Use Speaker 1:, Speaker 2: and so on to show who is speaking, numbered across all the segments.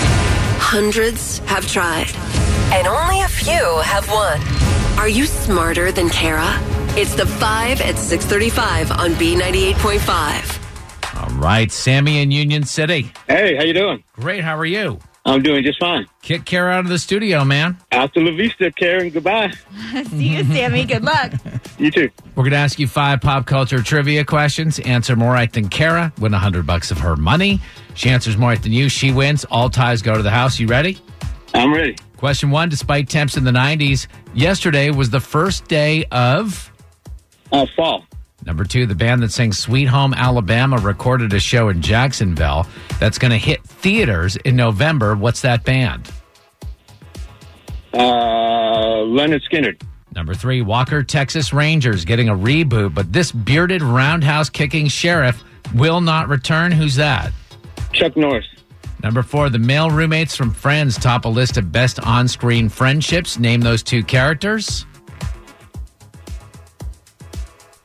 Speaker 1: Hundreds have tried, and only a few have won. Are you smarter than Kara? It's the 5 at 635 on B98.5.
Speaker 2: All right, Sammy in Union City.
Speaker 3: Hey, how you doing?
Speaker 2: Great, how are you?
Speaker 3: I'm doing just fine.
Speaker 2: Kick Kara out of the studio, man.
Speaker 3: After La Vista, Karen. Goodbye.
Speaker 4: See you, Sammy. Good luck.
Speaker 3: You too.
Speaker 2: We're going to ask you five pop culture trivia questions. Answer more right than Kara, win 100 bucks of her money. She answers more right than you, she wins. All ties go to the house. You ready?
Speaker 3: I'm ready.
Speaker 2: Question one Despite temps in the 90s, yesterday was the first day of.
Speaker 3: Uh, fall.
Speaker 2: Number two, the band that sang Sweet Home Alabama recorded a show in Jacksonville that's going to hit theaters in November. What's that band?
Speaker 3: Uh, Leonard Skinner.
Speaker 2: Number three, Walker, Texas Rangers getting a reboot, but this bearded roundhouse kicking sheriff will not return. Who's that?
Speaker 3: Chuck Norris.
Speaker 2: Number four, the male roommates from Friends top a list of best on screen friendships. Name those two characters.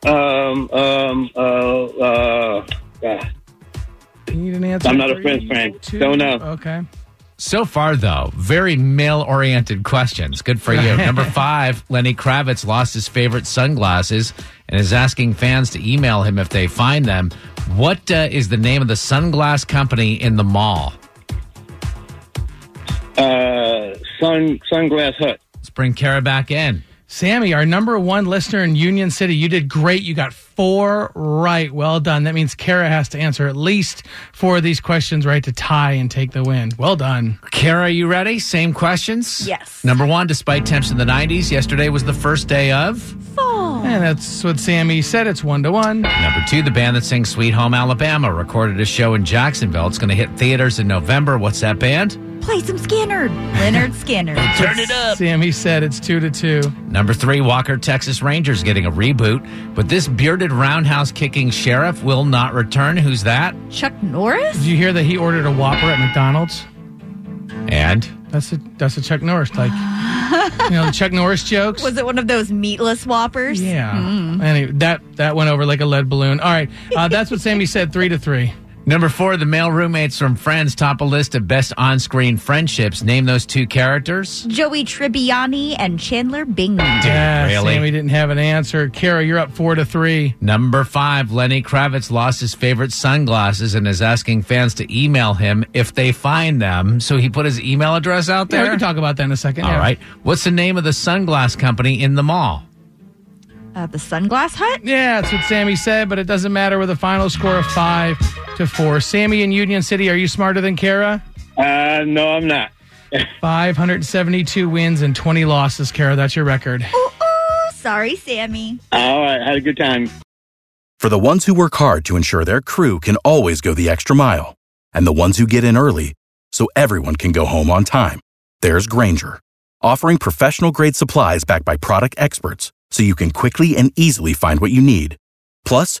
Speaker 3: Um, um, uh, uh, God.
Speaker 5: You need an answer.
Speaker 3: I'm not a
Speaker 5: Three,
Speaker 3: Friends fan.
Speaker 5: two-
Speaker 3: Don't know.
Speaker 5: Okay.
Speaker 2: So far, though, very male oriented questions. Good for you. Number five, Lenny Kravitz lost his favorite sunglasses and is asking fans to email him if they find them. What uh, is the name of the sunglass company in the mall?
Speaker 3: Uh, Sun Sunglass Hut.
Speaker 2: Let's bring Kara back in.
Speaker 5: Sammy, our number one listener in Union City, you did great. You got four right. Well done. That means Kara has to answer at least four of these questions right to tie and take the win. Well done.
Speaker 2: Kara, are you ready? Same questions?
Speaker 4: Yes.
Speaker 2: Number one, despite temps in the 90s, yesterday was the first day of.
Speaker 5: And that's what Sammy said. It's one to one.
Speaker 2: Number two, the band that sings Sweet Home Alabama recorded a show in Jacksonville. It's going to hit theaters in November. What's that band?
Speaker 4: Play some Skinner. Leonard Skinner.
Speaker 2: Turn it up.
Speaker 5: Sammy said it's two to two.
Speaker 2: Number three, Walker, Texas Rangers getting a reboot, but this bearded roundhouse kicking sheriff will not return. Who's that?
Speaker 4: Chuck Norris?
Speaker 5: Did you hear that he ordered a Whopper at McDonald's?
Speaker 2: And
Speaker 5: That's a that's a Chuck Norris like. you know the Chuck Norris jokes.
Speaker 4: Was it one of those meatless whoppers?
Speaker 5: yeah.
Speaker 2: Hmm.
Speaker 5: Anyway, that that went over like a lead balloon. All right, uh, that's what Sammy said. Three to three.
Speaker 2: number four, the male roommates from Friends top a list of best on screen friendships. Name those two characters.
Speaker 4: Joey Tribbiani and Chandler Bing.
Speaker 5: Yeah,
Speaker 2: really?
Speaker 5: Ah, Sammy didn't have an answer. Kara, you're up four to three.
Speaker 2: Number five, Lenny Kravitz lost his favorite sunglasses and is asking fans to email him if they find them. So he put his email address out
Speaker 5: Yeah, we
Speaker 2: there.
Speaker 5: can talk about that in a second.
Speaker 2: All
Speaker 5: yeah.
Speaker 2: right. What's the name of the sunglass company in the mall?
Speaker 4: Uh, the Sunglass Hut?
Speaker 5: Yeah, that's what Sammy said, but it doesn't matter with a final score of five to four. Sammy in Union City, are you smarter than Kara?
Speaker 3: Uh, no, I'm not.
Speaker 5: 572 wins and 20 losses, Kara. That's your record.
Speaker 4: Ooh, ooh, Oh, sorry, Sammy.
Speaker 3: All right, had a good time.
Speaker 6: For the ones who work hard to ensure their crew can always go the extra mile, and the ones who get in early so everyone can go home on time, there's Granger, offering professional grade supplies backed by product experts so you can quickly and easily find what you need. Plus,